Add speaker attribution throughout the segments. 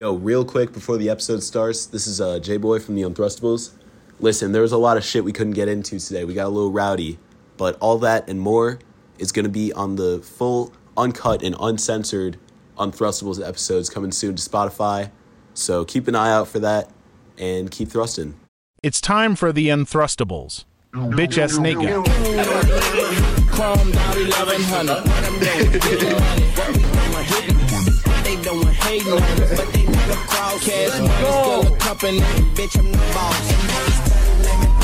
Speaker 1: Yo, real quick before the episode starts, this is uh, J Boy from the Unthrustables. Listen, there was a lot of shit we couldn't get into today. We got a little rowdy, but all that and more is going to be on the full, uncut, and uncensored Untrustables episodes coming soon to Spotify. So keep an eye out for that and keep thrusting.
Speaker 2: It's time for the Unthrustables. Bitch ass nigga.
Speaker 3: Chrome Dolly loving honey. What I'm doing, getting money. They don't want hate no but they need a crowd cash. Money still a company, bitch. I'm the boss.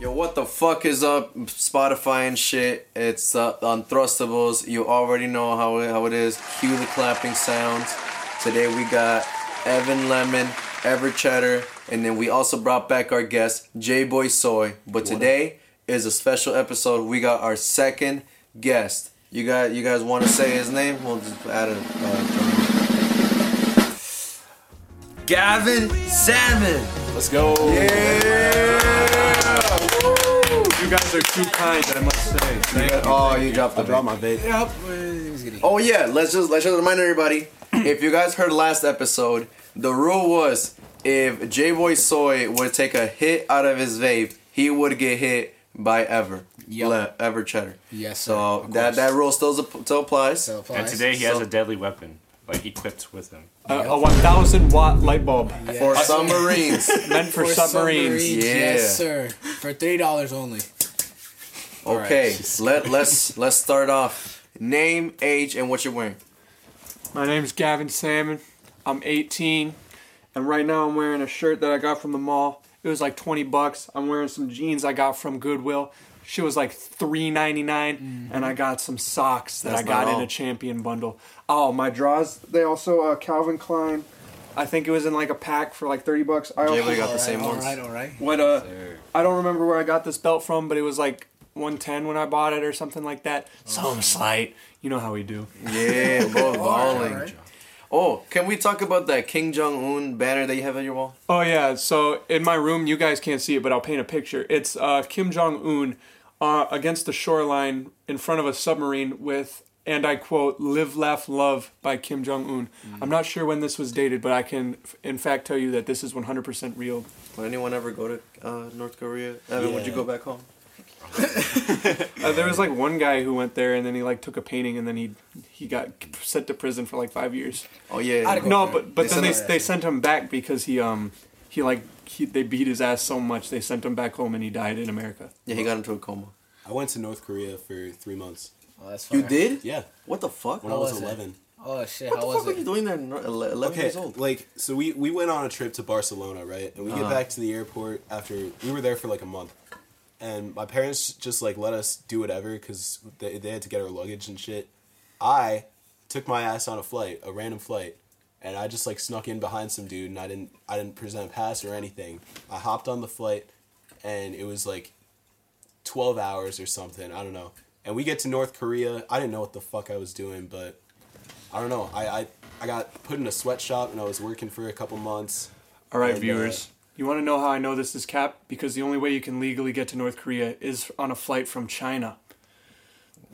Speaker 4: Yo, what the fuck is up, Spotify and shit? It's uh, on Thrustables. You already know how it, how it is. Cue the clapping sounds. Today we got Evan Lemon, Ever Cheddar, and then we also brought back our guest J Boy Soy. But today is a special episode. We got our second guest. You got you guys want to say his name? We'll just add it. Uh, Gavin Salmon.
Speaker 5: Let's go.
Speaker 4: Yeah.
Speaker 5: You guys are too kind, I must say. Thank you.
Speaker 4: Oh, you dropped the
Speaker 1: I dropped my vape.
Speaker 4: Oh yeah, let's just let's just remind everybody. if you guys heard last episode, the rule was if J Boy Soy would take a hit out of his vape, he would get hit by Ever.
Speaker 3: Yup.
Speaker 4: Le- Ever Cheddar.
Speaker 3: Yes, sir,
Speaker 4: So
Speaker 3: of
Speaker 4: that
Speaker 3: course.
Speaker 4: that rule still app- still applies.
Speaker 5: And today he has a deadly weapon, like equipped with him.
Speaker 6: a, a 1000 watt light bulb
Speaker 4: For submarines.
Speaker 6: meant for, submarines.
Speaker 3: Yes,
Speaker 4: Yeah.
Speaker 3: sir. For three dollars only.
Speaker 4: okay. Let let's let's start off. Name, age, and what you're wearing.
Speaker 6: My name's Gavin Salmon. I'm 18, and right now I'm wearing a shirt that I got from the mall. It was like 20 bucks. I'm wearing some jeans I got from Goodwill. She was like 3.99, and I got some socks that
Speaker 4: That's
Speaker 6: I got
Speaker 4: not
Speaker 6: in
Speaker 4: all.
Speaker 6: a Champion bundle. Oh, my draws. They also uh, Calvin Klein. I think it was in like a pack for like 30 bucks. I
Speaker 4: Jay,
Speaker 6: also
Speaker 4: we got the same
Speaker 3: All
Speaker 4: ones.
Speaker 3: right, all right.
Speaker 6: What uh, I don't remember where I got this belt from, but it was like 110 when I bought it or something like that. Some slight. You know how we do.
Speaker 4: Yeah, boy, balling.
Speaker 3: Alright.
Speaker 4: Oh, can we talk about that King Jong Un banner that you have on your wall?
Speaker 6: Oh yeah, so in my room, you guys can't see it, but I'll paint a picture. It's uh, Kim Jong Un uh, against the shoreline in front of a submarine with, and I quote, "Live, laugh, love" by Kim Jong Un. I'm not sure when this was dated, but I can, f- in fact, tell you that this is 100% real.
Speaker 4: Would anyone ever go to uh, North Korea? Evan, would you
Speaker 3: Yeah.
Speaker 4: go back home?
Speaker 6: Uh, there was like one guy who went there, and then he like took a painting, and then he he got sent to prison for like five years.
Speaker 4: Oh yeah.
Speaker 3: I'd go.
Speaker 6: No, but but
Speaker 4: They
Speaker 6: then they,
Speaker 4: sent him-
Speaker 6: they sent him back because he um he like he, they beat his ass so much they sent him back home and he died in America.
Speaker 4: Yeah, he got into a coma.
Speaker 1: I went to North Korea for three months.
Speaker 3: Oh, that's
Speaker 4: You
Speaker 3: fire.
Speaker 4: did?
Speaker 1: Yeah,
Speaker 4: What the fuck?
Speaker 1: when I
Speaker 3: How
Speaker 1: was
Speaker 3: was it?
Speaker 1: 11.
Speaker 3: Oh shit!
Speaker 4: what
Speaker 3: how
Speaker 4: the
Speaker 3: was
Speaker 4: fuck were you
Speaker 3: it?
Speaker 4: doing there? at nor- ele- Eleven
Speaker 1: Okay,
Speaker 4: years old. Uh-huh.
Speaker 1: like so we we went on a trip to Barcelona, right? And we get back to the airport after we were there for like a month, and my parents just like let us do whatever because they they had to get our luggage and shit. I took my ass on a flight, a random flight, and I just like snuck in behind some dude, and I didn't I didn't present a pass or anything. I hopped on the flight, and it was like 12 hours or something. I don't know. And we get to North Korea. I didn't know what the fuck I was doing, but I don't know. I, I, I got put in a sweatshop and I was working for a couple months.
Speaker 6: All right,
Speaker 1: And, uh,
Speaker 6: viewers, you want to know how I know this is cap? Because the only way you can legally get to North Korea is on a flight from China.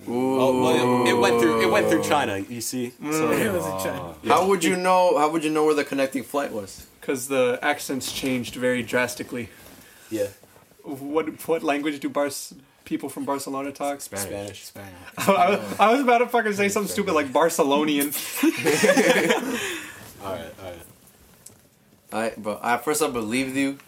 Speaker 1: Oh, well, it, it went through it went through China, you see? So,
Speaker 4: How would you know? How would you know where the connecting flight was?
Speaker 6: Because the accents changed very drastically.
Speaker 1: yeah,
Speaker 6: What what language do Bar- people from Barcelona talk?
Speaker 1: Spanish.
Speaker 6: I, was, I was about to fucking say something stupid like Barcelonian.
Speaker 1: All right, all right.
Speaker 4: I but at first I believed you,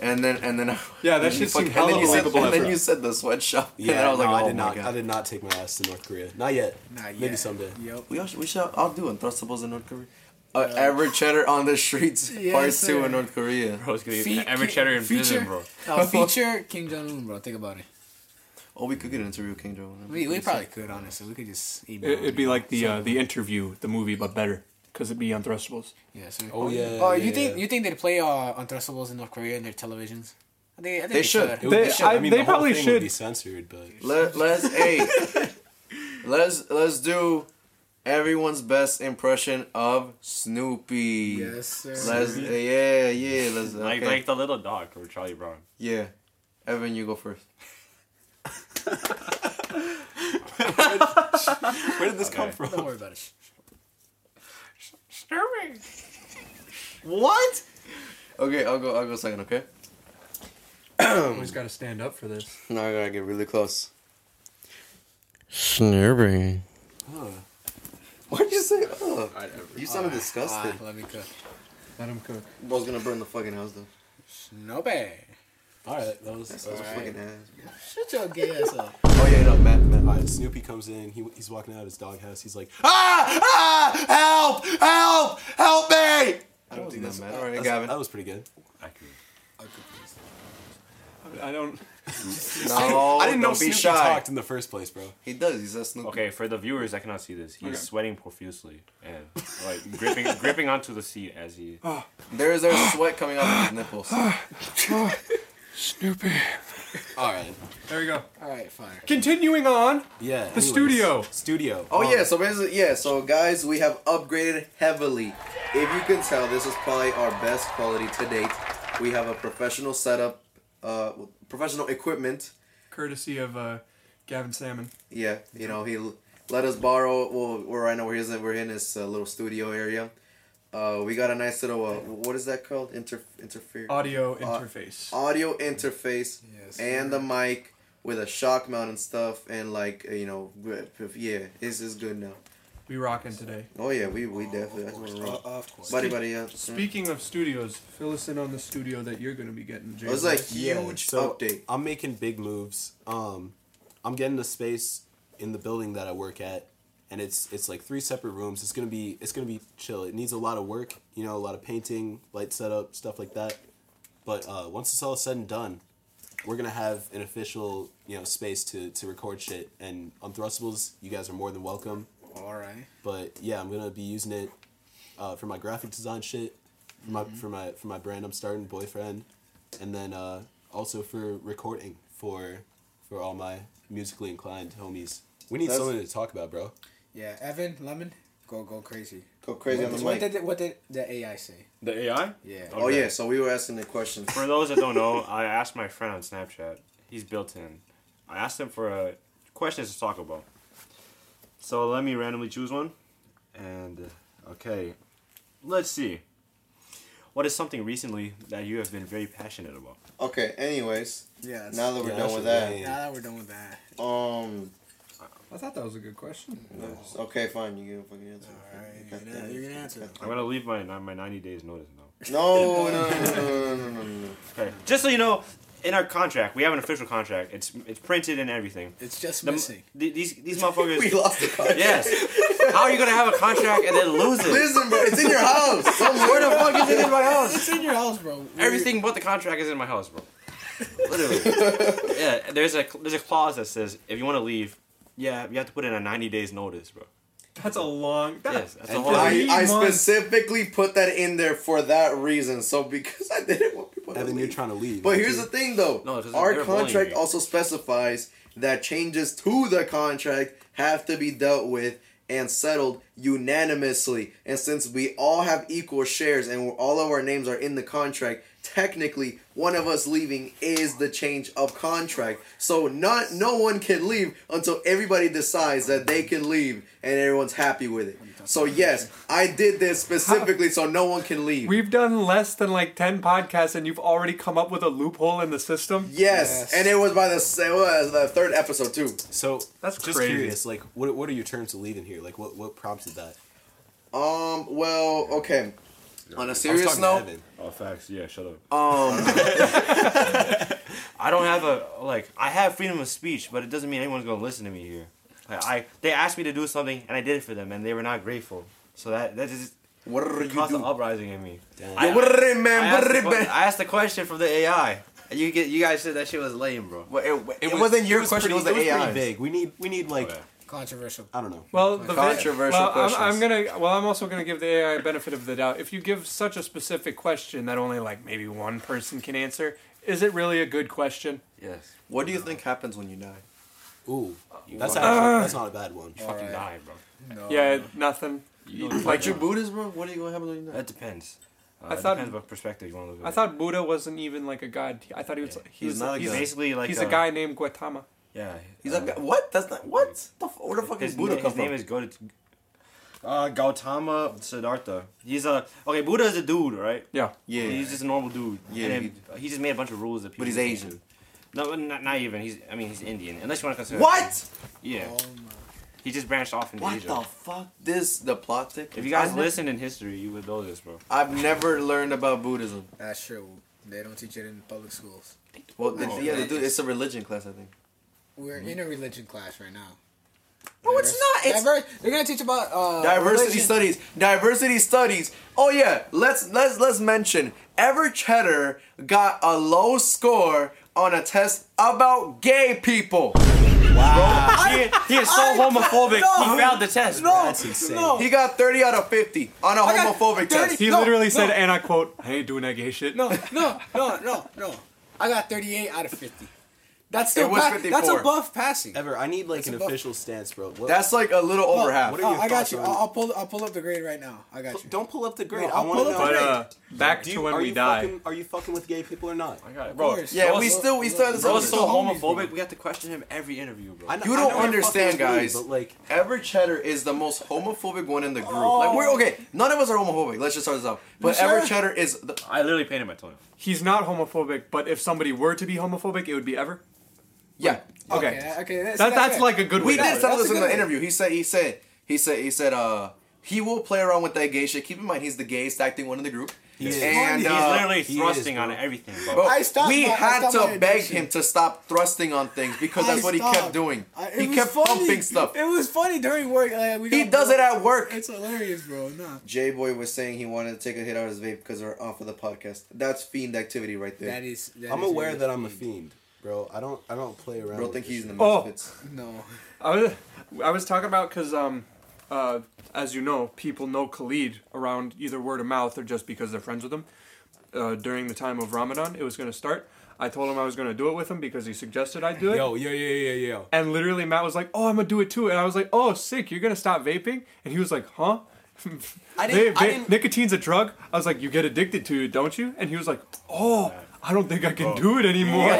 Speaker 4: and then and then I,
Speaker 6: Yeah,
Speaker 4: and
Speaker 6: that
Speaker 4: you
Speaker 6: shit seemed
Speaker 4: fucking- and then
Speaker 6: hella
Speaker 4: you said,
Speaker 6: believable
Speaker 4: and then
Speaker 6: after-
Speaker 4: you said the sweatshop. and
Speaker 1: Yeah,
Speaker 4: then I was like,
Speaker 1: no,
Speaker 4: oh
Speaker 1: I did not.
Speaker 4: my
Speaker 1: I
Speaker 4: god.
Speaker 1: did not take my ass to North Korea. Not yet.
Speaker 3: Not
Speaker 1: Maybe
Speaker 3: yet.
Speaker 1: someday.
Speaker 3: Yup.
Speaker 4: We all should, we should I'll do it. Thrustables in North Korea. Uh, Ever cheddar on the streets,
Speaker 3: Yes,
Speaker 4: part two
Speaker 3: sir.
Speaker 4: in North Korea.
Speaker 5: Bro, it's gonna be
Speaker 3: Fe-
Speaker 5: every cheddar in prison,
Speaker 3: feature-
Speaker 5: bro.
Speaker 3: Uh, feature Kim Jong Un, bro. Think about it.
Speaker 4: Oh, we could get into Real King Jong.
Speaker 3: We, we probably could honestly. We could just email.
Speaker 6: It, it'd
Speaker 3: him.
Speaker 6: be like the uh, the interview, the movie, but better because it'd be Unthrustables.
Speaker 3: Yeah, sir.
Speaker 1: Oh, yeah,
Speaker 3: Oh,
Speaker 1: yeah,
Speaker 3: you think
Speaker 1: yeah.
Speaker 3: you think they play uh, Untrustables in North Korea in their televisions? I think, I think
Speaker 4: They should. It
Speaker 6: They- I- they
Speaker 1: whole
Speaker 6: probably
Speaker 1: thing
Speaker 6: should.
Speaker 1: would be censored, but
Speaker 4: Let let's hey, let's let's do everyone's best impression of Snoopy.
Speaker 3: Yes, sir.
Speaker 4: Let's yeah yeah let's okay.
Speaker 5: Like like the little dog from Charlie Brown.
Speaker 4: yeah. Evan, you go first.
Speaker 1: Where did this come from?
Speaker 7: Don't worry about it.
Speaker 1: What?
Speaker 4: Okay, I'll go. I'll go second. Okay.
Speaker 5: Always got to stand up for this.
Speaker 4: Now I gotta get really close. Snurry. Why'd you say? Oh, you sounded disgusted.
Speaker 7: Let me cook.
Speaker 5: Let him cook.
Speaker 4: I was gonna burn the fucking house though.
Speaker 7: No bad.
Speaker 1: All right, that was.
Speaker 4: That's
Speaker 1: All
Speaker 4: a
Speaker 1: right.
Speaker 4: fucking ass.
Speaker 7: Shut your gay ass up.
Speaker 4: Oh yeah, no, Matt. Matt.
Speaker 1: All right, Snoopy comes in. He, he's walking out of his doghouse. He's like, ah, ah, help, help, help me.
Speaker 4: I don't think that's Matt. All
Speaker 1: That's-
Speaker 4: right, Gavin.
Speaker 1: That was pretty good.
Speaker 6: I don't.
Speaker 4: No,
Speaker 1: I didn't know
Speaker 4: don't
Speaker 1: Snoopy
Speaker 4: be shy.
Speaker 1: talked in the first place, bro.
Speaker 4: He does. He's a Snoopy.
Speaker 8: Okay, for the viewers, I cannot see this. He's
Speaker 6: Okay.
Speaker 8: sweating profusely and like gripping, gripping onto the seat as he.
Speaker 4: There is there's sweat coming out of his nipples.
Speaker 6: Snoopy.
Speaker 1: All right.
Speaker 5: There you go.
Speaker 7: All right, fine.
Speaker 6: Continuing on.
Speaker 1: Yeah. The
Speaker 6: studio.
Speaker 1: Studio.
Speaker 4: Oh yeah, so basically, yeah. So guys, we have upgraded heavily. If you can tell, this is probably our best quality to date. We have a professional setup, uh, professional equipment.
Speaker 6: Courtesy of uh, Gavin Salmon.
Speaker 4: Yeah, you know he l- let us borrow. Well, we're right now we're in we're in his uh, little studio area. Uh, we got a nice little uh, what is that called? Inter interfere
Speaker 6: Audio
Speaker 4: Uh,
Speaker 6: interface.
Speaker 4: audio interface
Speaker 7: Yes,
Speaker 4: and the mic with a shock mount and stuff and like uh, you know grip. yeah, this is good now.
Speaker 6: we rocking today.
Speaker 4: Oh yeah, we we definitely that's what we're
Speaker 7: Uh,
Speaker 4: wrong.
Speaker 7: of course.
Speaker 4: Buddy, buddy, yeah. Mm.
Speaker 6: Speaking of studios, fill us in on the studio that you're going to be getting,
Speaker 4: It
Speaker 6: James.
Speaker 4: was a
Speaker 1: Yeah,
Speaker 4: huge
Speaker 1: so
Speaker 4: update.
Speaker 1: I'm making big moves. Um, I'm getting a space in the building that I work at, and it's it's like three separate rooms. It's gonna be it's gonna be chill. It needs a lot of work, you know, a lot of painting, light setup, stuff like that. But uh, once it's all said and done, we're gonna have an official you know space to to record shit. And on Thrustables, you guys are more than welcome.
Speaker 7: All right.
Speaker 1: But yeah, I'm gonna be using it uh, for my graphic design shit, for my for my for my brand I'm starting, boyfriend, and then uh, also for recording for for all my musically inclined homies. We need
Speaker 4: That's-
Speaker 1: something to talk about, bro.
Speaker 7: Yeah, Evan Lemon, go go crazy.
Speaker 4: Go crazy on the
Speaker 7: what
Speaker 4: mic.
Speaker 7: did what did the AI say?
Speaker 8: The AI?
Speaker 7: Yeah.
Speaker 4: oh yeah, so we were asking the questions.
Speaker 8: For those that don't know, I asked my friend on Snapchat. He's built in. I asked him for uh, questions to talk about. So let me randomly choose one. And uh, okay, let's see. What is something recently that you have been very passionate about?
Speaker 4: Okay. Anyways,
Speaker 7: Yeah.
Speaker 4: now that we're
Speaker 1: Yeah,
Speaker 4: done with
Speaker 1: that's-
Speaker 4: that,
Speaker 1: yeah,
Speaker 7: now that we're done with that.
Speaker 4: um,
Speaker 6: I thought that was a good question.
Speaker 4: okay, fine, you can fucking answer.
Speaker 7: All
Speaker 4: God
Speaker 7: right, you're
Speaker 4: damn
Speaker 7: gonna,
Speaker 4: it.
Speaker 7: you're gonna answer.
Speaker 8: I'm gonna leave my my 90 days notice now.
Speaker 4: No, no, no, no, no, no, no, no.
Speaker 8: Okay. Just so you know, in our contract, we have an official contract. It's it's printed and everything.
Speaker 7: It's just
Speaker 8: The,
Speaker 7: missing.
Speaker 8: th- these these motherfuckers.
Speaker 4: We lost the contract.
Speaker 8: Yes. How are you gonna have a contract and then lose it?
Speaker 4: Listen, bro, it's in your house.
Speaker 8: Where the fuck is it in my house?
Speaker 7: It's in your house, bro.
Speaker 8: Everything but the contract is in my house, bro. Literally. yeah, there's a there's a clause that says if you want to leave, yeah, you have to put in a 90 days notice, bro.
Speaker 6: That's a long. That,
Speaker 8: Yes, that's a
Speaker 4: And
Speaker 8: whole.
Speaker 4: I, I
Speaker 6: months.
Speaker 4: specifically put that in there for that reason. So because I didn't want people to
Speaker 1: Evan, you're
Speaker 4: leave.
Speaker 1: trying to leave.
Speaker 4: But
Speaker 1: aren't
Speaker 4: here's
Speaker 1: you?
Speaker 4: the thing, though.
Speaker 8: No, 'cause
Speaker 4: Our
Speaker 8: they're bullying
Speaker 4: contract
Speaker 8: me.
Speaker 4: also specifies that changes to the contract have to be dealt with and settled unanimously. And since we all have equal shares and we're- all of our names are in the contract, technically one of us leaving is the change of contract. So not no one can leave until everybody decides that they can leave and everyone's happy with it. So yes, I did this specifically so no one can leave.
Speaker 6: We've done less than like 10 podcasts and you've already come up with a loophole in the system?
Speaker 4: Yes,
Speaker 7: Yes.
Speaker 4: and it was by the sa- it was the third episode too.
Speaker 1: so
Speaker 6: That's
Speaker 1: just
Speaker 6: crazy.
Speaker 1: curious. Like, what what are your terms of leaving here? Like, what what prompted that?
Speaker 4: Um. Well, okay. On
Speaker 1: I
Speaker 4: a
Speaker 1: was
Speaker 4: serious
Speaker 1: talking to
Speaker 4: note,
Speaker 1: Evan.
Speaker 8: Oh, facts. Yeah, shut up.
Speaker 4: um,
Speaker 8: I don't have a like. I have freedom of speech, but it doesn't mean anyone's gonna listen to me here. Like, I they asked me to do something and I did it for them and they were not grateful. So that that just
Speaker 4: what are you
Speaker 8: caused an
Speaker 4: doing?
Speaker 8: uprising in me.
Speaker 1: Damn.
Speaker 8: I,
Speaker 4: What are you,
Speaker 8: I
Speaker 4: man? What
Speaker 8: asked
Speaker 4: are
Speaker 8: the,
Speaker 4: you,
Speaker 8: que-
Speaker 4: man?
Speaker 8: I asked the question from the AI. And you get you guys said that shit was lame, bro.
Speaker 4: Well, It, it, wasn't your question.
Speaker 1: pretty-
Speaker 4: It was the
Speaker 1: pretty
Speaker 4: AI.
Speaker 1: big. We need we need like
Speaker 8: Okay.
Speaker 7: Controversial.
Speaker 1: I don't know.
Speaker 6: Well, the
Speaker 4: Controversial
Speaker 6: well, I'm- I'm,
Speaker 4: questions.
Speaker 6: gonna. Well, I'm also gonna give the AI a benefit of the doubt. If you give such a specific question that only like maybe one person can answer, is it really a good question?
Speaker 8: Yes.
Speaker 4: What do you think happens when you die?
Speaker 1: Ooh, that's
Speaker 8: fucking-
Speaker 1: actually that's not a bad one.
Speaker 8: Fucking die, bro.
Speaker 7: No.
Speaker 6: yeah, nothing. like you,
Speaker 4: Buddhist, bro. What are you gonna happen when you
Speaker 8: That depends. Uh,
Speaker 6: I
Speaker 8: it
Speaker 6: thought-
Speaker 8: depends what perspective you want to look at.
Speaker 6: I
Speaker 8: it.
Speaker 6: thought Buddha wasn't even like a god. I thought he was. He
Speaker 4: He's
Speaker 6: was
Speaker 4: not a
Speaker 6: he's,
Speaker 4: god.
Speaker 6: he's,
Speaker 8: basically like
Speaker 6: a guy named Gautama.
Speaker 8: Yeah.
Speaker 4: He's
Speaker 8: uh,
Speaker 4: like, what? That's not what? The f- where the fuck is
Speaker 8: His,
Speaker 4: Buddha
Speaker 8: na-
Speaker 4: come
Speaker 8: his
Speaker 4: from?
Speaker 8: name is Go- uh, Gautama Siddhartha. He's a okay. Buddha is a dude, right?
Speaker 6: Yeah.
Speaker 4: yeah,
Speaker 8: He's just a normal dude.
Speaker 4: Yeah,
Speaker 8: And then he, just made a bunch of rules that
Speaker 4: but
Speaker 8: people.
Speaker 4: he's
Speaker 8: can't
Speaker 4: Asian.
Speaker 8: do. No, not, not even. He's. I mean, he's Indian. Unless you want to consider.
Speaker 4: What?
Speaker 7: Oh
Speaker 8: Yeah. He just branched off into
Speaker 4: What
Speaker 8: Asia.
Speaker 4: the fuck? This the plot thickens.
Speaker 8: if you guys
Speaker 4: I
Speaker 8: listened in history, you would know this, bro.
Speaker 4: I've never learned about Buddhism.
Speaker 7: That's true. They don't teach it in public schools.
Speaker 4: Well, the,
Speaker 7: Oh,
Speaker 4: yeah,
Speaker 7: man.
Speaker 4: dude, it's a religion class, I think.
Speaker 7: We're in a religion class right now.
Speaker 4: Mm-hmm. No, it's not. It's
Speaker 7: Diver- they're gonna teach about uh,
Speaker 4: diversity
Speaker 7: religion.
Speaker 4: studies. Diversity studies. Oh yeah, let's let's let's mention. Average Cheddar got a low score on a test about gay people.
Speaker 8: He, he is so homophobic.
Speaker 4: no.
Speaker 8: he failed the test.
Speaker 4: No,
Speaker 1: That's insane.
Speaker 4: no. He got 30 out of 50 on a
Speaker 7: Oh. got
Speaker 4: homophobic
Speaker 7: 30
Speaker 4: test.
Speaker 6: He
Speaker 7: No,
Speaker 6: literally
Speaker 7: no.
Speaker 6: said, and I quote, I ain't doing that gay shit.
Speaker 7: No, no, no, no, no. I got 38 out of 50. That's still
Speaker 4: It was
Speaker 7: pa- that's
Speaker 4: 54.
Speaker 7: above passing.
Speaker 1: Ever, I need like
Speaker 7: That's
Speaker 1: an
Speaker 7: above-
Speaker 1: official stance, bro. What-
Speaker 4: That's like a little over half.
Speaker 1: what are
Speaker 7: Oh,
Speaker 1: your
Speaker 7: I got
Speaker 1: thoughts
Speaker 7: you.
Speaker 1: on-
Speaker 7: I'll, I'll pull. I'll pull up the grade right now. I got you.
Speaker 1: don't pull up the grade.
Speaker 7: No,
Speaker 1: I
Speaker 7: I'll
Speaker 1: want
Speaker 7: pull
Speaker 1: to
Speaker 7: up
Speaker 1: know.
Speaker 7: the
Speaker 6: But
Speaker 7: grade.
Speaker 6: uh, back
Speaker 1: do
Speaker 6: to
Speaker 1: you-
Speaker 6: when
Speaker 1: are
Speaker 6: we
Speaker 1: you
Speaker 6: die.
Speaker 1: fucking- are you fucking with gay people or not?
Speaker 8: I got it,
Speaker 7: Of
Speaker 8: bro.
Speaker 7: course.
Speaker 4: Yeah,
Speaker 7: Those-
Speaker 4: we
Speaker 7: those-
Speaker 4: still we
Speaker 7: those-
Speaker 4: still have this
Speaker 8: Bro,
Speaker 4: on
Speaker 8: is so
Speaker 4: the-
Speaker 8: homophobic. We have to question him every interview, bro.
Speaker 1: I kn-
Speaker 4: You
Speaker 1: I
Speaker 4: don't
Speaker 1: know you're
Speaker 4: understand,
Speaker 1: fucking with me,
Speaker 4: guys.
Speaker 1: But like,
Speaker 4: Everett Cheddar is the most homophobic one in the group. Like we're okay. None of us are homophobic. Let's just start this off. But
Speaker 7: Oh. sure?
Speaker 4: Everett Cheddar is the,
Speaker 8: I literally painted my toenail.
Speaker 6: He's not homophobic, but if somebody were to be homophobic, it would be ever.
Speaker 4: yeah.
Speaker 6: Okay.
Speaker 7: Okay. Okay. That's,
Speaker 6: That, that's
Speaker 7: fair.
Speaker 6: like a good
Speaker 4: We
Speaker 6: way to
Speaker 4: did
Speaker 6: put it.
Speaker 4: some of
Speaker 7: That's
Speaker 4: this in
Speaker 7: a good
Speaker 4: the
Speaker 7: one.
Speaker 4: interview. He said he said he said he said uh he will play around with that gay shit. Keep in mind he's the gayest acting one in the group.
Speaker 1: is.
Speaker 4: and
Speaker 1: He's
Speaker 8: He's
Speaker 4: uh,
Speaker 8: literally
Speaker 1: he
Speaker 8: thrusting
Speaker 1: is,
Speaker 8: on
Speaker 1: bro.
Speaker 8: everything, bro.
Speaker 4: Bro,
Speaker 7: I stopped
Speaker 4: we
Speaker 7: my- I
Speaker 4: had
Speaker 7: stopped my
Speaker 4: to beg
Speaker 7: addiction.
Speaker 4: him to stop thrusting on things because that's
Speaker 7: I
Speaker 4: what he
Speaker 7: stopped.
Speaker 4: kept doing.
Speaker 7: I- it
Speaker 4: he
Speaker 7: was
Speaker 4: kept
Speaker 7: funny.
Speaker 4: pumping stuff.
Speaker 7: It was funny during work. Like, we
Speaker 4: He
Speaker 7: got
Speaker 4: does
Speaker 7: bored.
Speaker 4: it at work.
Speaker 7: It's hilarious, bro. Nah.
Speaker 4: J Boy was saying he wanted to take a hit out of his vape because they're off of the podcast. That's fiend activity right there.
Speaker 7: That is. that
Speaker 1: I'm
Speaker 7: is
Speaker 1: aware
Speaker 7: really
Speaker 1: that I'm a
Speaker 7: funny.
Speaker 1: fiend, bro. I don't. I don't play around.
Speaker 4: Bro,
Speaker 1: with
Speaker 4: think
Speaker 1: this
Speaker 4: he's in the
Speaker 1: shit.
Speaker 6: Oh.
Speaker 4: misfits.
Speaker 7: No.
Speaker 6: I was, I was talking about because, um, uh, as you know, people know Khalid around either word of mouth or just because they're friends with him. Uh, during the time of Ramadan, it was going to start. I told him I was going to do it with him because he suggested I do it.
Speaker 1: Yo, yo, yo, yo, yo.
Speaker 6: And literally, Matt was like, "Oh, I'm gonna do it too," and I was like, "Oh, sick! You're gonna stop vaping?" And he was like, "Huh?"
Speaker 1: I
Speaker 6: They-
Speaker 1: didn't. I
Speaker 6: va-
Speaker 1: didn't.
Speaker 6: nicotine's a drug. I was like, you get addicted to it, don't you? And he was like, oh, I don't think I can do it anymore.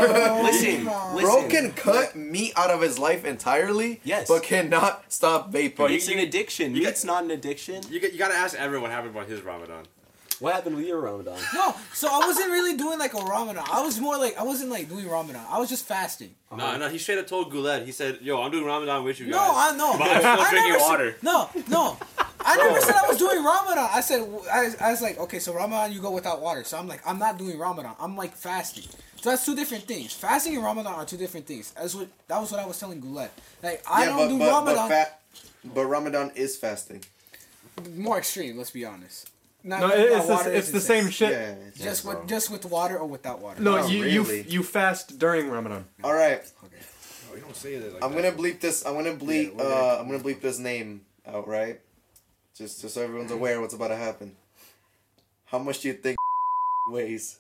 Speaker 1: listen,
Speaker 4: Bro can cut me out of his life entirely,
Speaker 1: Yes.
Speaker 4: but cannot stop vaping.
Speaker 1: It's an addiction.
Speaker 8: got-
Speaker 1: Meat's not an addiction.
Speaker 8: You, got, you gotta ask everyone what happened about his Ramadan.
Speaker 4: Uh-huh.
Speaker 1: What happened with your Ramadan?
Speaker 7: No, so I wasn't really doing like a Ramadan. I was more like I wasn't like doing Ramadan. I was just fasting.
Speaker 8: No, no, he straight up told Goulet. He said, "Yo, I'm doing Ramadan with you guys."
Speaker 7: No, I know.
Speaker 8: But I'm still drinking
Speaker 7: never
Speaker 8: water.
Speaker 7: Said, no, no. I never said I was doing Ramadan. I said I, I was like, okay, so Ramadan you go without water. So I'm like, I'm not doing Ramadan. I'm like fasting. So that's two different things. Fasting and Ramadan are two different things. That's what that was what I was telling Goulet. Like I don't do Ramadan.
Speaker 4: fat- but Ramadan is fasting.
Speaker 7: more extreme. Let's be honest. Not,
Speaker 6: no,
Speaker 7: not
Speaker 6: it- it's,
Speaker 7: water
Speaker 6: the, it's
Speaker 7: isn't
Speaker 6: the
Speaker 7: safe.
Speaker 6: same shit.
Speaker 4: it's-
Speaker 7: Just with just with water or without water.
Speaker 6: No,
Speaker 4: Oh,
Speaker 6: you, you
Speaker 4: really?
Speaker 6: you fast during Ramadan.
Speaker 4: All right,
Speaker 8: You don't say that.
Speaker 4: I'm gonna bleep this. I'm gonna bleep. uh, I'm gonna bleep this name out, right? Just just so
Speaker 8: Mm-hmm.
Speaker 4: everyone's aware what's about to happen. How much do you think weighs?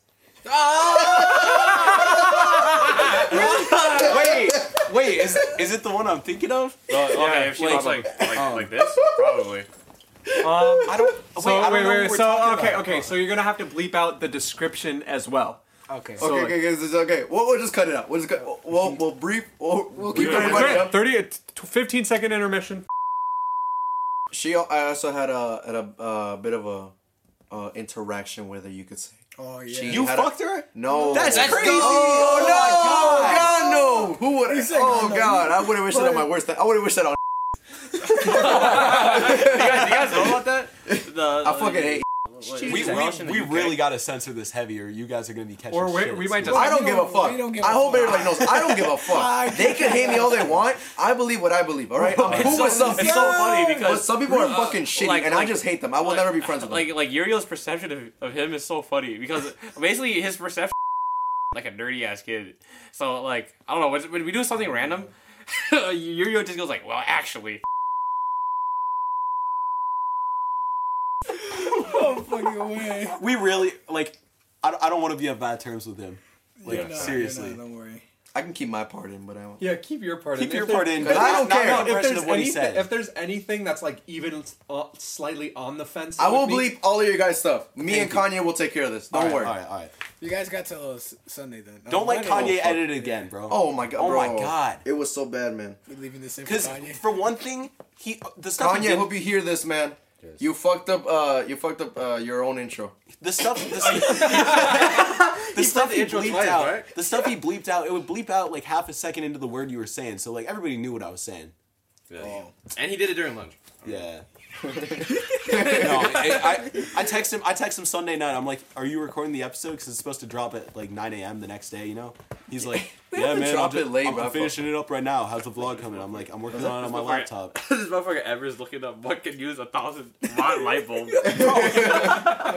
Speaker 1: wait, wait. Is is it the one I'm thinking of?
Speaker 8: Uh, okay, if she looks like like, like this, probably.
Speaker 6: Um,
Speaker 1: oh. I don't.
Speaker 6: so
Speaker 1: wait, I don't
Speaker 6: wait,
Speaker 1: know
Speaker 6: wait,
Speaker 1: what we're
Speaker 6: So
Speaker 1: talking
Speaker 6: okay,
Speaker 1: about.
Speaker 6: okay. So you're gonna have to bleep out the description as well.
Speaker 7: Okay.
Speaker 8: Oh,
Speaker 6: So,
Speaker 4: okay, okay, okay, okay. We'll, we'll just cut it out. We'll just cut. We'll we'll, we'll brief. We'll, we'll keep everybody
Speaker 6: Great,
Speaker 4: up.
Speaker 6: 30, t- 15 second intermission.
Speaker 4: She. al- I also had a had a uh, bit of a uh, interaction with her. You could say.
Speaker 7: Oh yeah.
Speaker 4: She
Speaker 1: You
Speaker 4: had a-
Speaker 1: fucked her?
Speaker 4: No.
Speaker 1: That's That's crazy. crazy.
Speaker 4: Oh,
Speaker 1: Oh,
Speaker 4: no.
Speaker 1: my
Speaker 4: God. no. Who would?
Speaker 7: said
Speaker 4: oh
Speaker 7: God, no.
Speaker 4: God. I wouldn't wish that on my worst. I wouldn't wish that on.
Speaker 8: You guys, you guys know about that? The,
Speaker 4: I fucking hate.
Speaker 1: We, we, we really gotta censor this heavier. You guys are gonna be catching
Speaker 6: Or we-
Speaker 1: shit.
Speaker 6: we might just-
Speaker 4: I don't
Speaker 7: we
Speaker 4: give a
Speaker 7: don't-
Speaker 4: fuck.
Speaker 7: we don't give
Speaker 4: I
Speaker 7: a
Speaker 4: hope
Speaker 7: fuck.
Speaker 4: everybody knows. I don't give a fuck. they can hate me all they want. I believe what I believe. All right. I'm cool with some.
Speaker 8: It's so funny
Speaker 4: But
Speaker 8: because uh,
Speaker 4: some people are fucking shitty,
Speaker 9: uh, like-
Speaker 4: and I
Speaker 9: like-
Speaker 4: just hate them. I will never be friends with them.
Speaker 9: like like Uriel's perception of, of him is so funny because basically his perception like a nerdy ass kid. So like I don't know when, when we do something random, Uriel just goes like, "Well, actually."
Speaker 7: fucking way.
Speaker 1: We really like. I, don't- I don't want to be on bad terms with him. Like
Speaker 7: You're not,
Speaker 1: seriously.
Speaker 7: you're not, don't worry.
Speaker 4: I can keep my part in, but I won't.
Speaker 10: Yeah, keep your part in.
Speaker 1: Keep your
Speaker 10: If there-
Speaker 1: part in,
Speaker 10: if
Speaker 1: but I
Speaker 10: there's-
Speaker 1: don't care.
Speaker 10: no,
Speaker 1: Not
Speaker 10: if,
Speaker 1: impression
Speaker 10: there's
Speaker 1: of what he
Speaker 10: anything,
Speaker 1: said.
Speaker 10: if there's anything that's like even uh, slightly on the fence,
Speaker 4: I will
Speaker 10: with me-
Speaker 4: bleep all of your guys' stuff. Me and Kanye will take care of this. Don't worry.
Speaker 1: All right, all right.
Speaker 7: You guys got till uh, S- Sunday then. No,
Speaker 1: Don't let
Speaker 7: Monday.
Speaker 1: Kanye edit it again, bro.
Speaker 4: Oh my god.
Speaker 1: Oh my
Speaker 4: bro.
Speaker 1: God.
Speaker 4: It was so bad, man.
Speaker 7: We leaving this in for
Speaker 1: Because
Speaker 7: Kanye.
Speaker 1: for one thing, he the stuff he
Speaker 4: Kanye, I
Speaker 1: did,
Speaker 4: hope you hear this, man. You fucked up. Uh, you fucked up uh, your own intro.
Speaker 1: the stuff the, stuff- the stuff he bleeped
Speaker 10: twice,
Speaker 1: out.
Speaker 10: right?
Speaker 1: The stuff he bleeped out. It would bleep out like half a second into the word you were saying, so like everybody knew what I was saying.
Speaker 4: Oh.
Speaker 9: And he did it during lunch.
Speaker 1: Yeah. no, I, I, I text him. I text him Sunday night. I'm like, "Are you recording the episode? Because it's supposed to drop at like 9 a.m. the next day." You know, he's like, "Yeah,
Speaker 4: have to
Speaker 1: man,
Speaker 4: drop
Speaker 1: I'm, just,
Speaker 4: it late,
Speaker 1: I'm
Speaker 4: but I
Speaker 1: finishing it up right now. How's the vlog coming?" I'm like, "I'm working on it on my
Speaker 9: Alright.
Speaker 1: laptop."
Speaker 9: this motherfucker ever is looking up what can use a thousand watt light bulb.
Speaker 7: I'm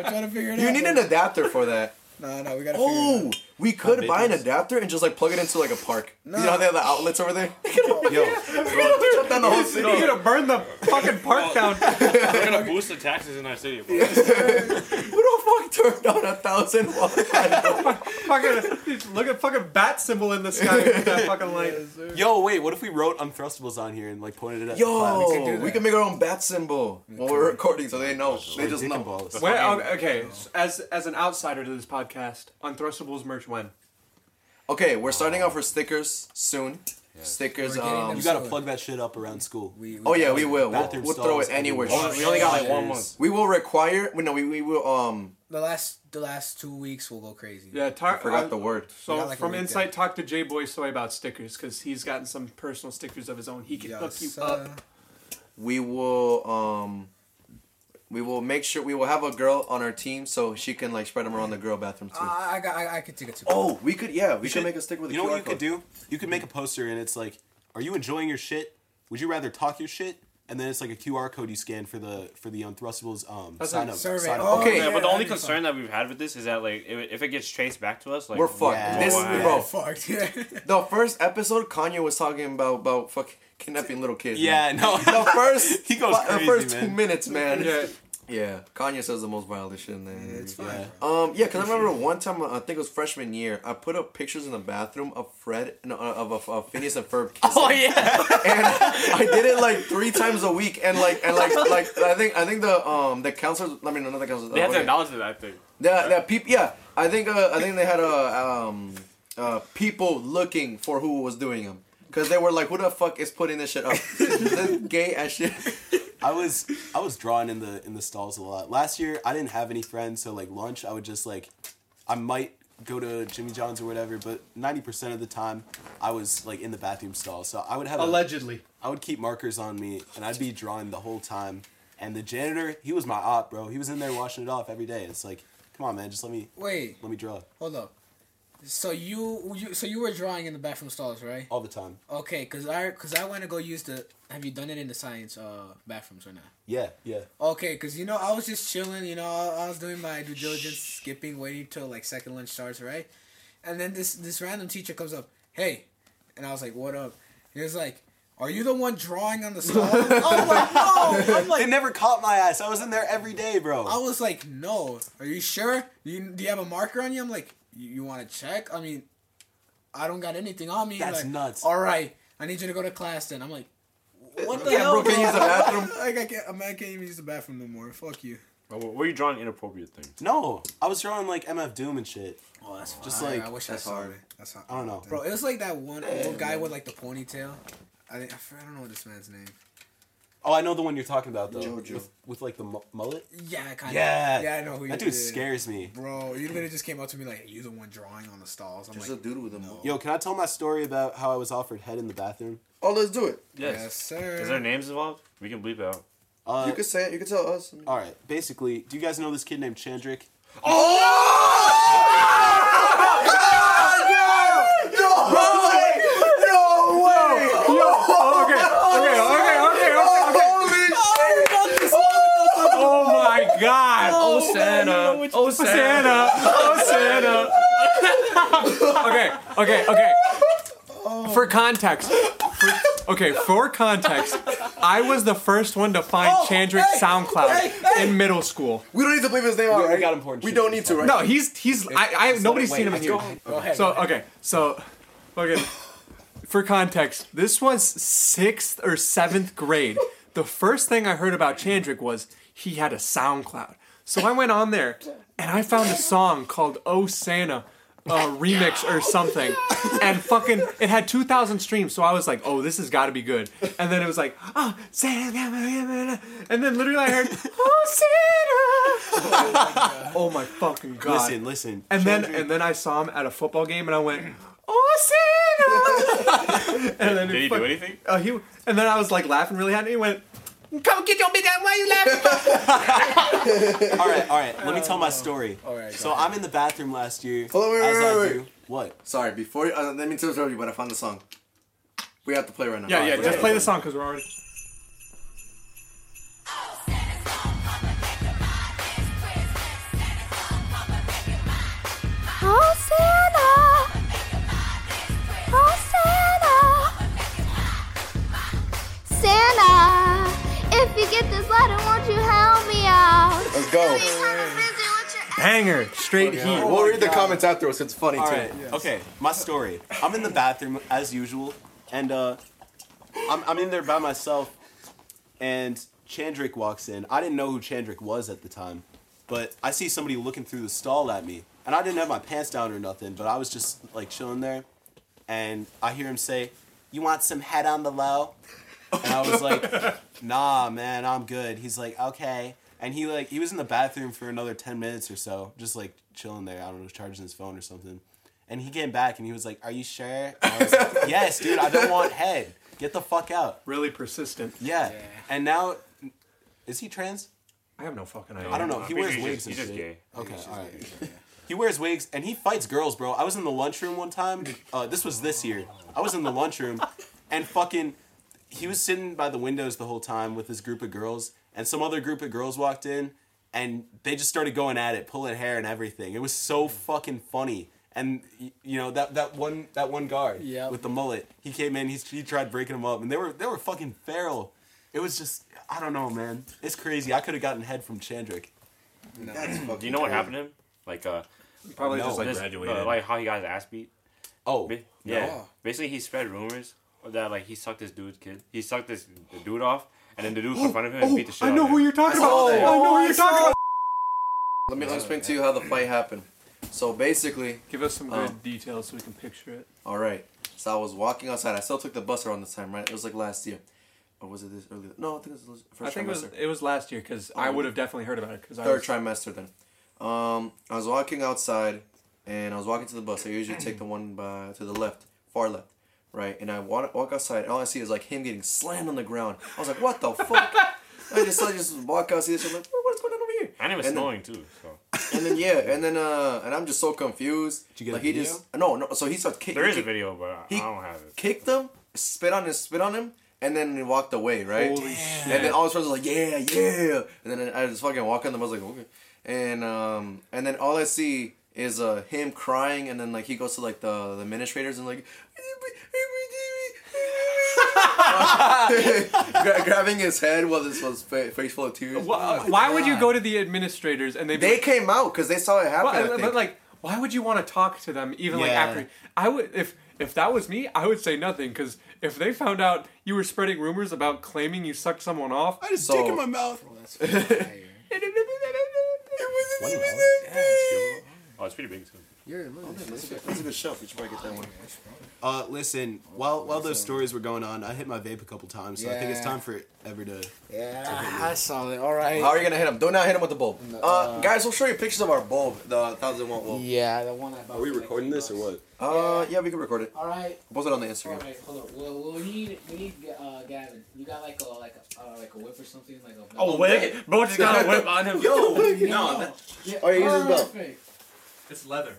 Speaker 7: trying to figure it
Speaker 4: You
Speaker 7: out.
Speaker 4: need an adapter for that.
Speaker 7: No, no, we gotta. figure it
Speaker 4: Oh, we could buy an
Speaker 1: Bitches.
Speaker 4: adapter and just like plug it into like a park. You know how they have the outlets over there.
Speaker 1: Yo,
Speaker 4: Shut down the whole city.
Speaker 6: You're gonna burn the fucking park down.
Speaker 9: We're gonna boost the taxes in our city. Bro.
Speaker 4: Who the fuck turned on a thousand watt?
Speaker 6: fucking look at fucking bat symbol in the sky with that fucking light.
Speaker 1: yo, wait. What if we wrote Unthrustables on here and like pointed it at the clouds?
Speaker 4: Yo, we, can make our own bat symbol while we're recording, so they know. They just
Speaker 1: Dick and
Speaker 4: know.
Speaker 1: balls.
Speaker 6: Well, okay, as as an outsider to this podcast, Unthrustables merch when
Speaker 4: Okay, we're starting off with stickers soon. Stickers.
Speaker 7: We're getting
Speaker 4: Um,
Speaker 7: them
Speaker 1: You gotta
Speaker 7: Absolutely.
Speaker 1: plug that shit up around school.
Speaker 7: We- we-
Speaker 4: oh yeah, we will. We'll,
Speaker 1: Bathroom
Speaker 4: we'll throw it
Speaker 1: stalls
Speaker 4: anywhere.
Speaker 1: everywhere.
Speaker 9: we only got like one month.
Speaker 4: We will require. We no, we, we will. Um,
Speaker 7: The last, the last two weeks will go crazy.
Speaker 6: yeah. Tar-
Speaker 4: I forgot
Speaker 6: uh,
Speaker 4: the word.
Speaker 7: We
Speaker 6: So
Speaker 7: got like a
Speaker 6: from
Speaker 7: week
Speaker 6: Insight, talk to J Boy Soy about stickers because he's gotten some personal stickers of his own. He can hook you
Speaker 7: Yes,
Speaker 6: up.
Speaker 7: uh,
Speaker 4: We will. Um, we will make sure we will have a girl on our team so she can like spread them around the girl bathroom too.
Speaker 7: I, I got, I, I could take it too.
Speaker 4: oh, we could. Yeah, we could
Speaker 1: should-
Speaker 4: make a sticker with.
Speaker 1: You know
Speaker 4: a QR
Speaker 1: what you could
Speaker 4: code.
Speaker 1: do? You could make a poster and it's like, "Are you enjoying your shit? Would you rather talk your shit?" And then it's like a QR code you scan for the for the Unthrustables um, sign
Speaker 6: a
Speaker 1: up.
Speaker 7: survey.
Speaker 1: Sign up.
Speaker 7: Oh,
Speaker 4: Okay,
Speaker 9: Yeah, but the
Speaker 7: that'd
Speaker 9: only
Speaker 7: be fun.
Speaker 9: concern that we've had with this is that like if, if it gets traced back to us, like
Speaker 4: We're fucked.
Speaker 1: Yeah.
Speaker 8: Oh,
Speaker 4: This
Speaker 9: Wow.
Speaker 4: bro.
Speaker 7: fucked. Yeah.
Speaker 4: The first episode, Kanye was talking about about fucking kidnapping little kids.
Speaker 1: Yeah,
Speaker 4: man.
Speaker 1: no.
Speaker 4: The first
Speaker 1: He goes
Speaker 4: fu-
Speaker 1: crazy,
Speaker 4: The first
Speaker 1: man.
Speaker 4: two minutes, man.
Speaker 6: Yeah,
Speaker 4: Yeah, Kanye says the most violent shit in there. it's
Speaker 1: Yeah.
Speaker 4: Um, yeah, because I remember one time, uh, I think it was freshman year, I put up pictures in the bathroom of Fred, no, uh, of, of, of Phineas and Ferb kissing. Oh,
Speaker 9: yeah.
Speaker 4: And I did it like three times a week, and like, and like, like, I think, I think the, um, the counselors, I mean, not the counselors. uh,
Speaker 9: They have to
Speaker 4: okay.
Speaker 9: acknowledge that I think.
Speaker 4: The, the peop- yeah, I think, uh, I think they had, uh, um, uh, people looking for who was doing them. Because they were like, who the fuck is putting this shit up? this gay ass shit.
Speaker 1: I was I was drawing in the in the stalls a lot. Last year I didn't have any friends, so like lunch I would just like I might go to Jimmy John's or whatever, but ninety percent of the time I was like in the bathroom stall. So I would have a,
Speaker 6: allegedly.
Speaker 1: I would keep markers on me and I'd be drawing the whole time. And the janitor, he was my op, bro. He was in there washing it off every day. It's like, come on, man, just let me
Speaker 7: Wait,
Speaker 1: let me draw
Speaker 7: hold up. So you, you, so you were drawing in the bathroom stalls, right?
Speaker 1: all the time.
Speaker 7: Okay, cause I, cause I want to go use the. Have you done it in the science uh bathrooms or not?
Speaker 1: Yeah, yeah.
Speaker 7: Okay, cause you know I was just chilling. You know I, I was doing my due diligence, skipping, waiting till like second lunch starts, right? And then this this random teacher comes up, hey, and I was like, what up? He was like, are you the one drawing on the stall? I'm like, no. I'm
Speaker 1: It
Speaker 7: like,
Speaker 1: never caught my ass. I was in there every day, bro.
Speaker 7: I was like, no. Are you sure? Do you, do you have a marker on you? I'm like, you, you want to check? I mean, I don't got anything on me.
Speaker 1: That's
Speaker 7: Like,
Speaker 1: nuts.
Speaker 7: All right, I need you to go to class then. I'm like, what the
Speaker 4: Yeah,
Speaker 7: hell?
Speaker 4: bro, can you use the bathroom?
Speaker 7: Like I can't, I, mean, I can't even use the bathroom no more. Fuck you.
Speaker 5: Were you drawing inappropriate things?
Speaker 1: no, I was drawing like MF Doom Oh, and shit.
Speaker 7: Oh, that's
Speaker 1: Just
Speaker 7: fire.
Speaker 1: like-
Speaker 7: I wish I
Speaker 4: that's
Speaker 7: saw
Speaker 4: hard.
Speaker 7: it. That's hard.
Speaker 1: I don't know.
Speaker 7: Bro, it was like that one old guy with like the ponytail. I think, I f- I don't know what this man's name.
Speaker 1: Oh, I know the one you're talking about though.
Speaker 4: Jojo.
Speaker 1: With, with like the mu- mullet.
Speaker 7: Yeah, kind of.
Speaker 1: Yeah.
Speaker 7: Yeah, I know who you
Speaker 1: That dude
Speaker 7: did.
Speaker 1: scares me.
Speaker 7: Bro, you literally just came up to me like, you the one drawing on the stalls. I'm
Speaker 4: There's a
Speaker 7: like,
Speaker 4: dude with a mullet.
Speaker 1: Yo, can I tell my story about how I was offered head in the bathroom?
Speaker 4: Oh, let's do it.
Speaker 9: Yes.
Speaker 7: yes, sir.
Speaker 9: Is there names involved? We can bleep out.
Speaker 1: Uh,
Speaker 4: You could say it. You could tell us.
Speaker 1: all right. Basically, do you guys know this kid named Chandrick?
Speaker 6: Okay, okay, okay, okay, okay, okay. Oh my God!
Speaker 9: Oh, Santa. Oh, Santa.
Speaker 6: Santa! Oh, Santa! okay, okay, okay. For context, for- okay, for context, I was the first one to find Chandrick
Speaker 7: hey,
Speaker 6: SoundCloud
Speaker 7: hey, hey.
Speaker 6: in middle school.
Speaker 4: We don't need to bleep his name out,
Speaker 1: we
Speaker 4: right?
Speaker 1: got important
Speaker 4: We
Speaker 1: shit.
Speaker 4: don't need to, right?
Speaker 6: No, he's he's I, I nobody's
Speaker 1: wait,
Speaker 6: seen him
Speaker 1: let's
Speaker 6: here.
Speaker 1: go.
Speaker 7: Go ahead.
Speaker 6: So okay, so Fucking. For context, this was sixth or seventh grade. The first thing I heard about Chandrick was he had a SoundCloud. So I went on there and I found a song called Oh Santa uh, remix or something. And fucking, it had 2,000 streams. So I was like, oh, this has got to be good. And then it was like, oh, Santa. And then literally I heard, oh, Santa. Oh my fucking god.
Speaker 1: Listen, listen.
Speaker 6: And then and then I saw him at a football game, and I went, "Oh, Santa!" and then
Speaker 9: Did he do anything?
Speaker 6: Uh, he and then I was like laughing really hard, and he went, "Come get your big ass! Why you laughing?"
Speaker 1: All right, all right. Let me tell my story. All right. So I'm in the bathroom last year.
Speaker 4: Hold on, wait,
Speaker 1: as
Speaker 4: wait,
Speaker 1: I
Speaker 4: wait,
Speaker 1: do. What?
Speaker 4: Sorry, before uh, let me tell you, but I found the song. We have to play right now.
Speaker 6: yeah, yeah. Just play the song because we're already.
Speaker 11: Santa, if you get this letter, won't you help me out?
Speaker 4: Let's go.
Speaker 6: Banger, straight heat.
Speaker 4: We'll read the comments afterwards. It's funny
Speaker 1: All
Speaker 4: too.
Speaker 1: right. Okay, my story. I'm in the bathroom as usual, and uh, I'm I'm in there by myself, and Chandrick walks in. I didn't know who Chandrick was at the time, but I see somebody looking through the stall at me, and I didn't have my pants down or nothing, but I was just like chilling there, and I hear him say, "You want some head on the low?" And I was like, "Nah, man, I'm good." He's like, "Okay." And he like he was in the bathroom for another 10 minutes or so, just like chilling there, I don't know, charging his phone or something. And he came back and he was like, "Are you sure?" And I was like, "Yes, dude, I don't want head. Get the fuck out."
Speaker 6: Really persistent.
Speaker 1: Yeah. And now is he trans?
Speaker 6: I have no fucking idea.
Speaker 1: I don't know. He
Speaker 9: He's
Speaker 1: wears
Speaker 9: just-
Speaker 1: wigs and
Speaker 9: he's just
Speaker 1: shit.
Speaker 9: gay.
Speaker 1: Okay, all right. He wears wigs and he fights girls, bro. I was in the lunchroom one time. Uh, this was this year. I was in the lunchroom, and fucking, he was sitting by the windows the whole time with this group of girls, and some other group of girls walked in, and they just started going at it, pulling hair and everything. It was so fucking funny. And y- you know that, that one that one guard
Speaker 7: Yep.
Speaker 1: with the mullet, he came in, he, he tried breaking them up, and they were they were fucking feral. It was just I don't know, man. It's crazy. I could have gotten head from Chandrick.
Speaker 9: Do you know what happened to him? Like, uh,
Speaker 1: Probably just
Speaker 9: this-
Speaker 12: graduated.
Speaker 9: uh, like how he got his ass beat.
Speaker 1: Oh,
Speaker 9: Ba- Yeah. Basically, he spread rumors that like he sucked this dude's kid. He sucked this dude off, and then the dude confronted him and beat the shit.
Speaker 6: oh, I
Speaker 9: out
Speaker 6: know
Speaker 9: of
Speaker 6: who
Speaker 9: him.
Speaker 6: you're talking about.
Speaker 4: saw
Speaker 6: I
Speaker 4: that.
Speaker 6: know who you're talking about.
Speaker 4: Let me let me explain to you how the fight happened. So basically,
Speaker 6: Give us some
Speaker 4: good
Speaker 6: good details so we can picture it.
Speaker 4: All right. So I was walking outside. I still took the bus around this time, right? It was like last year, or was it this early? No, I think it was the
Speaker 6: I
Speaker 4: first
Speaker 6: think it
Speaker 4: trimester.
Speaker 6: was it was last year because I would have definitely heard about it because I
Speaker 4: Third
Speaker 6: was
Speaker 4: trimester then. Um, I was walking outside, and I was walking to the bus. I usually take the one by to the left, far left, right. And I wa- walk outside, and all I see is like him getting slammed on the ground. I was like, what the fuck? I just I just walk out, see this. I'm like, "What- what's going on over here?
Speaker 9: And it was
Speaker 4: then-
Speaker 9: snowing too. So
Speaker 4: And then yeah, and then uh, and I'm just so confused. Did
Speaker 1: you get
Speaker 4: like
Speaker 1: a
Speaker 4: he
Speaker 1: video?
Speaker 4: just no no. So he starts kicking.
Speaker 9: there is a
Speaker 4: kick-
Speaker 9: video, but I-
Speaker 4: he
Speaker 9: I don't have it.
Speaker 4: Kicked him, spit on his spit on him, and then he walked away, right?
Speaker 6: Holy
Speaker 4: And then all his friends were like, yeah, yeah. And then I just fucking walk on them. I was like, okay. And um, and then all I see is uh him crying, and then like he goes to like the the administrators and like. Gra- grabbing his head while this was fa- face full of tears.
Speaker 6: Why, why would you go to the administrators and they'd be
Speaker 4: They came out because they saw it happen. I
Speaker 6: Well,
Speaker 4: think.
Speaker 6: but like, why would you want to talk to them even like
Speaker 1: Yeah.
Speaker 6: after? I would if if that was me, I would say nothing because if they found out you were spreading rumors about claiming you sucked someone off,
Speaker 1: I just
Speaker 4: So- dick in my
Speaker 1: mouth.
Speaker 9: Oh, it's pretty big too.
Speaker 4: that's a good show. We should probably get that one.
Speaker 1: Uh, listen, while while those stories were going on, I hit my vape a couple times, so I think it's
Speaker 7: Yeah.
Speaker 1: time for Ever to.
Speaker 7: Yeah, I saw it. All right.
Speaker 4: How are you gonna hit him? Do not hit him with the bulb. Uh, guys, we'll show you pictures of our bulb, the thousand watt bulb.
Speaker 7: Yeah, the one about. Are
Speaker 1: what?
Speaker 4: Uh, yeah, we can record it.
Speaker 7: All right.
Speaker 4: Post it on the
Speaker 7: All
Speaker 4: Instagram.
Speaker 7: right. Hold on. Well, we need we need uh, Gavin. You got like a like a uh, like a whip or something like a.
Speaker 9: Oh, wig? Bro just got a whip on him. Yo,
Speaker 7: no. that- Yeah,
Speaker 4: Oh, you use his belt.
Speaker 7: perfect.
Speaker 10: It's leather.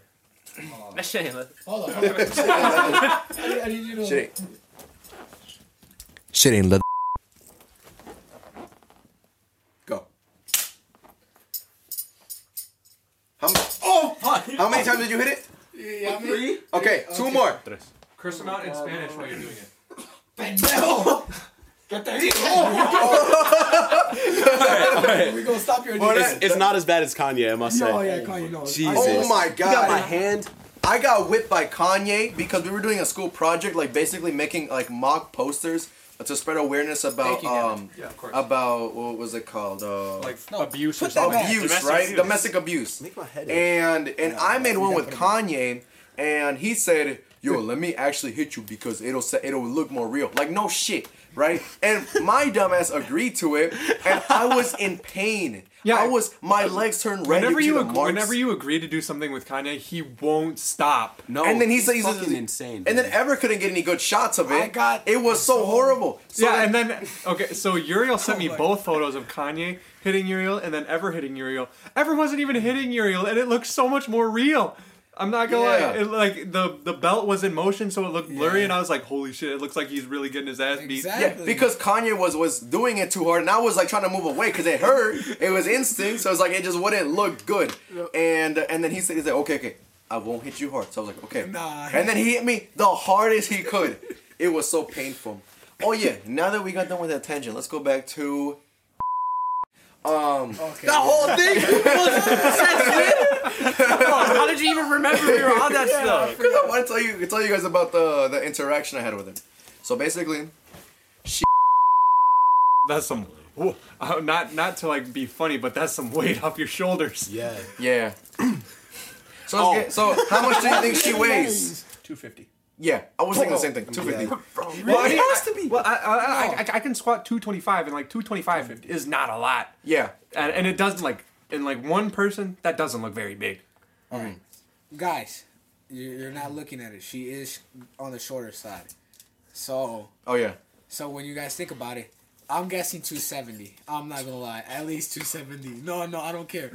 Speaker 9: that shit. ain't-
Speaker 7: Hold on. Hold on. I need you to.
Speaker 4: Shit ain't. Shit ain't leather. Go. How many? Oh fuck! How many times did you hit it?
Speaker 7: Yeah, I mean,
Speaker 4: Okay, two more.
Speaker 6: curse them out
Speaker 10: Oh
Speaker 6: in Spanish while you're doing it.
Speaker 7: we gonna stop your.
Speaker 1: It's, it's not as bad as Kanye, I must say.
Speaker 7: Oh yeah, Kanye, no.
Speaker 1: Jesus.
Speaker 4: Oh my
Speaker 1: I got my
Speaker 4: god!
Speaker 1: hand
Speaker 4: I got whipped by Kanye because we were doing a school project, like basically making like mock posters to spread awareness about
Speaker 6: Thank you, Gavin.
Speaker 4: um
Speaker 6: Yeah, of course.
Speaker 4: about what was it called? Uh,
Speaker 6: Like, abuse or
Speaker 4: abuse,
Speaker 6: something.
Speaker 4: domestic right? Domestic abuse. Make my head. And and I made one with Kanye, and he said, "Yo, let me actually hit you because it'll say it'll look more real." Like no shit, right? And my dumbass agreed to it, and I was in pain. Yeah, I was. My legs turned red.
Speaker 6: Whenever
Speaker 4: due to
Speaker 6: you
Speaker 4: the
Speaker 6: ag-
Speaker 4: marks.
Speaker 6: whenever you agree to do something with Kanye, he won't stop.
Speaker 4: No, and then he's, he's fucking insane. And then Ever couldn't get any good shots of it. I got it was so horrible. So
Speaker 6: yeah, and then okay, so Uriel sent me both photos of Kanye hitting Uriel and then Ever hitting Uriel. Ever wasn't even hitting Uriel, and it looked so much more real. I'm not gonna
Speaker 4: Yeah.
Speaker 6: lie, it, like the the belt was in motion, so it looked blurry, and I was like, "Holy shit! It looks like he's really getting his ass beat."
Speaker 4: Yeah, because Kanye was was doing it too hard, and I was like trying to move away because it hurt. it was instinct, so it's like it just wouldn't look good. And and then he said, he said, okay, okay, I won't hit you hard. So I was like, okay.
Speaker 7: Nah.
Speaker 4: And then he hit me the hardest he could. It was so painful. Oh yeah, now that we got done with that tangent, let's go back to. Um, that whole thing
Speaker 9: How did you even remember we were on that stuff?
Speaker 4: Because I want to tell you, tell you guys about the the interaction I had with him. So basically, she
Speaker 6: That's some whoa, uh, not not to like be funny, but that's some weight off your shoulders.
Speaker 1: Yeah.
Speaker 4: Yeah. So, let's get- so how much do you think she weighs?
Speaker 10: Two fifty.
Speaker 4: Yeah, I was thinking the same thing. Two fifty.
Speaker 6: Well, I mean, I- Well, I, I, I, I, I can squat 225, and like 225 is not a lot.
Speaker 4: Yeah.
Speaker 6: And, and it doesn't like in like one person that doesn't look very big.
Speaker 7: Guys, you're, you're not looking at it. She is on the shorter side. So,
Speaker 4: Oh yeah.
Speaker 7: so when you guys think about it, I'm guessing 270. I'm not gonna lie, at least 270. No, no, I don't care.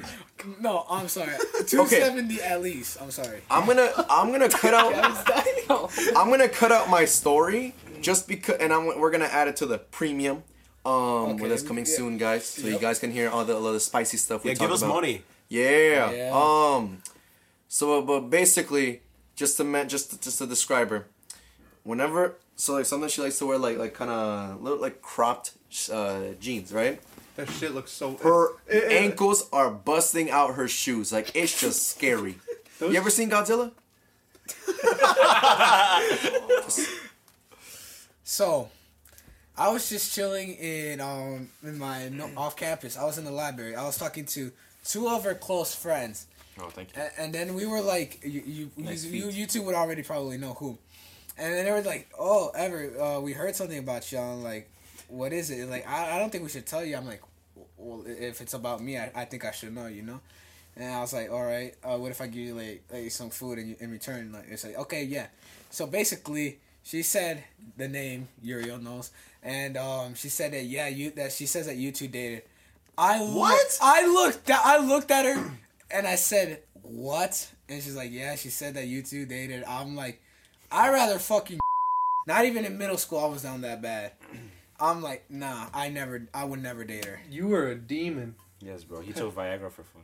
Speaker 7: No, I'm sorry, 270 at least. I'm sorry.
Speaker 4: I'm gonna I'm gonna cut out I'm gonna cut out my story just because, and I'm we're gonna add it to the premium. Um, well, that's coming soon, guys. So you guys can hear all the, all the spicy stuff we
Speaker 1: Yeah,
Speaker 4: talk
Speaker 1: give us
Speaker 4: about.
Speaker 1: money.
Speaker 4: Yeah.
Speaker 1: Yeah.
Speaker 4: Um. So, uh, but basically, just to ma- just just to describe her, whenever so like something she likes to wear like like kind of little like cropped uh, jeans, right?
Speaker 10: That shit looks so.
Speaker 4: Her
Speaker 7: eh,
Speaker 10: it- it-
Speaker 4: ankles are busting out her shoes. Like it's just scary. you ever seen Godzilla?
Speaker 7: So, I was just chilling in um in my no, off campus. I was in the library. I was talking to two of her close friends.
Speaker 9: Oh, thank
Speaker 7: And, and then we were like, you you,
Speaker 9: Nice
Speaker 7: you, you
Speaker 9: feet.
Speaker 7: you two would already probably know who. And then they were like, oh, Ever, uh, we heard something about you. I'm like, what is it? And like, I, I don't think we should tell you. I'm like, well, i- if it's about me, I, I think I should know, you know? And I was like, all right, uh, what if I give you like, like some food and you, in return? Like, it's like, okay, yeah. So basically, she said the name Uriel knows, and um, she said that yeah, you that she says that you two dated. I what? I looked at I looked at her, and I said what? And she's like, yeah, she said that you two dated. I'm like, I rather fucking. Not even in middle school, I was down that bad. I'm like, nah, I never, I would never date her.
Speaker 6: You were a demon.
Speaker 8: Yes, bro. He took Viagra for fun.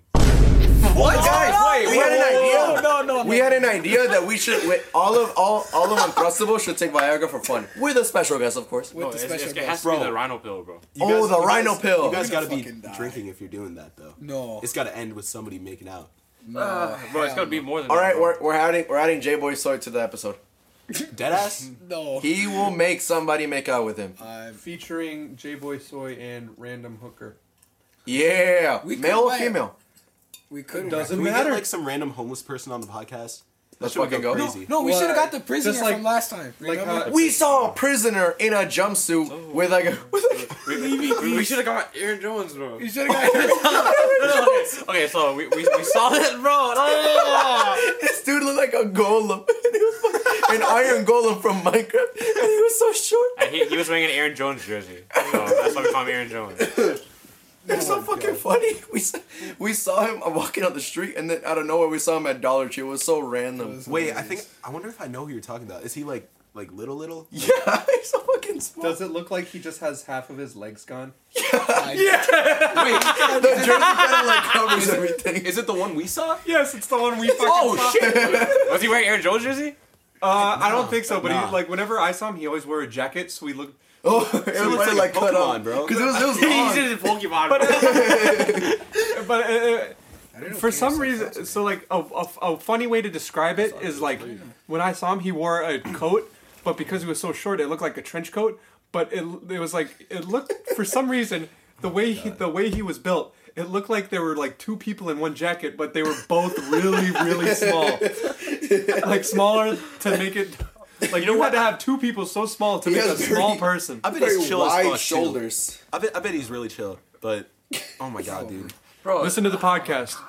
Speaker 4: What guys?
Speaker 7: no,
Speaker 4: we
Speaker 7: no,
Speaker 4: had an
Speaker 7: no,
Speaker 4: idea.
Speaker 7: no, no, no.
Speaker 4: we had an idea that we should. Wait, all of all all of Unthrustable should take Viagra for fun with a special guest, of course.
Speaker 9: No,
Speaker 7: the
Speaker 9: it's, it's,
Speaker 7: special
Speaker 9: it has to
Speaker 1: guest.
Speaker 9: be the
Speaker 1: Bro.
Speaker 9: rhino pill, bro.
Speaker 1: You
Speaker 4: Oh, the
Speaker 1: you
Speaker 4: rhino pill.
Speaker 1: You guys
Speaker 7: We're gonna
Speaker 1: gotta be
Speaker 7: fucking die.
Speaker 1: drinking if you're doing that, though.
Speaker 7: No.
Speaker 1: It's gotta end with somebody making out.
Speaker 9: Bro, it's gonna be more than.
Speaker 4: All
Speaker 9: that,
Speaker 4: right,
Speaker 9: bro.
Speaker 4: we're, we're adding we're adding J Boy Soy to the episode.
Speaker 1: Deadass?
Speaker 7: No.
Speaker 4: He will make somebody make out with him.
Speaker 6: Featuring J Boy Soy and Random Hooker.
Speaker 4: Yeah,
Speaker 7: We could
Speaker 4: male or
Speaker 7: buy it.
Speaker 4: female?
Speaker 7: we could.
Speaker 1: Can
Speaker 6: Doesn't
Speaker 1: we
Speaker 6: matter.
Speaker 1: get like some random homeless person on the podcast?
Speaker 4: Let's
Speaker 1: shit would
Speaker 4: fucking go.
Speaker 1: crazy.
Speaker 7: No, we
Speaker 6: Well,
Speaker 7: should have got the prisoner
Speaker 6: just like-
Speaker 7: from last time.
Speaker 6: like
Speaker 7: remember?
Speaker 6: how-
Speaker 4: We saw a prisoner in a jumpsuit
Speaker 7: Oh.
Speaker 4: with like a, with like
Speaker 9: We, should have got Aaron Jones, bro.
Speaker 7: you should have got.
Speaker 9: okay, so we, we, we saw that, bro. Ah!
Speaker 4: This dude looked like a golem. And he was fucking- an iron golem from Minecraft. And he was so short.
Speaker 9: And he, he was wearing an Aaron Jones jersey. So that's why we call him Aaron Jones.
Speaker 4: It's
Speaker 1: Oh
Speaker 4: so fucking funny. We saw, we saw him walking on the street and then out of nowhere we saw him at Dollar Tree. It was so random.
Speaker 1: Wait, I think I wonder if I know who you're talking about. Is he like like little little?
Speaker 4: Yeah, he's so fucking small.
Speaker 10: Does it look like he just has half of his legs gone?
Speaker 4: the jersey kind of like covers everything.
Speaker 1: Is it the one we saw?
Speaker 6: Yes, it's the one we fucking
Speaker 4: oh
Speaker 6: saw.
Speaker 4: shit!
Speaker 9: Was he wearing Aaron Jones jersey?
Speaker 6: Uh, I don't think so, but
Speaker 1: Nah.
Speaker 6: he, like whenever I saw him, he always wore a jacket, so we looked.
Speaker 4: Oh, it was
Speaker 1: looks like
Speaker 4: like,
Speaker 1: a
Speaker 4: cut
Speaker 1: Pokemon,
Speaker 4: on,
Speaker 1: bro.
Speaker 9: uh,
Speaker 4: Because it was, it was
Speaker 9: He's
Speaker 4: long.
Speaker 9: in Pokemon, bro.
Speaker 6: But uh, for some reason, so like a, a, a funny way to describe it is like when I saw him, he wore a coat, but because he was so short, it looked like a trench coat. But it it was like it looked for some reason the way he the way he was built, it looked like there were like two people in one jacket, but they were both really really small, like smaller to make it. Like you, had to have two people so small to
Speaker 1: He
Speaker 6: make a
Speaker 1: has very-
Speaker 6: small person.
Speaker 1: I bet he's chill as fuck, Oh Too. I bet I bet he's really chill. But oh my god, dude.
Speaker 9: Bro,
Speaker 6: Listen to the podcast.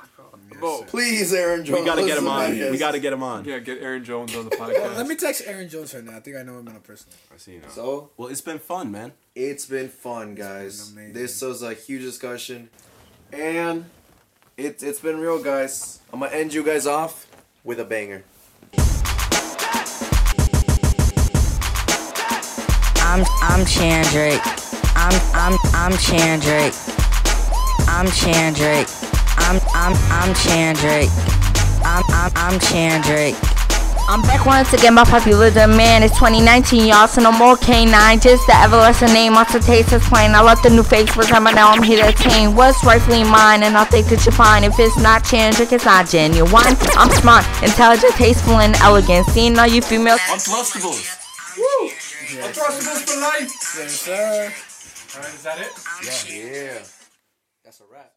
Speaker 1: Please, Aaron
Speaker 6: Jones,
Speaker 1: We gotta get him on.
Speaker 6: listen to
Speaker 1: We
Speaker 6: this.
Speaker 1: gotta get him on.
Speaker 6: Yeah, get Aaron Jones on the
Speaker 7: Well,
Speaker 6: podcast.
Speaker 7: let me text Aaron Jones right now. I think I know him on a personal.
Speaker 1: I see you now.
Speaker 4: So
Speaker 1: well, it's been fun, man.
Speaker 4: It's been fun, guys. this was a huge discussion, and it's it's been real, guys. I'm gonna end you guys off with a banger.
Speaker 12: I'm I'm Chandrick. I'm I'm I'm Chandrick. I'm Chandrick. I'm I'm I'm Chandrick. I'm I'm I'm Chandrick.
Speaker 11: I'm back once again, my popular demand. It's 2019, y'all, so no more K9. Just the everlasting name off the taste is plain. I love the new Facebook time, but now I'm here to attain what's rightfully mine, and I'll take that you find. If it's not Chandrick, it's not genuine. I'm smart, intelligent, tasteful, and elegant. Seeing all you females.
Speaker 1: Untrustables.
Speaker 4: Woo!
Speaker 7: Untrustables
Speaker 4: for life.
Speaker 7: Yes, sir.
Speaker 6: All right, is that it?
Speaker 4: Yeah. yeah. That's a wrap.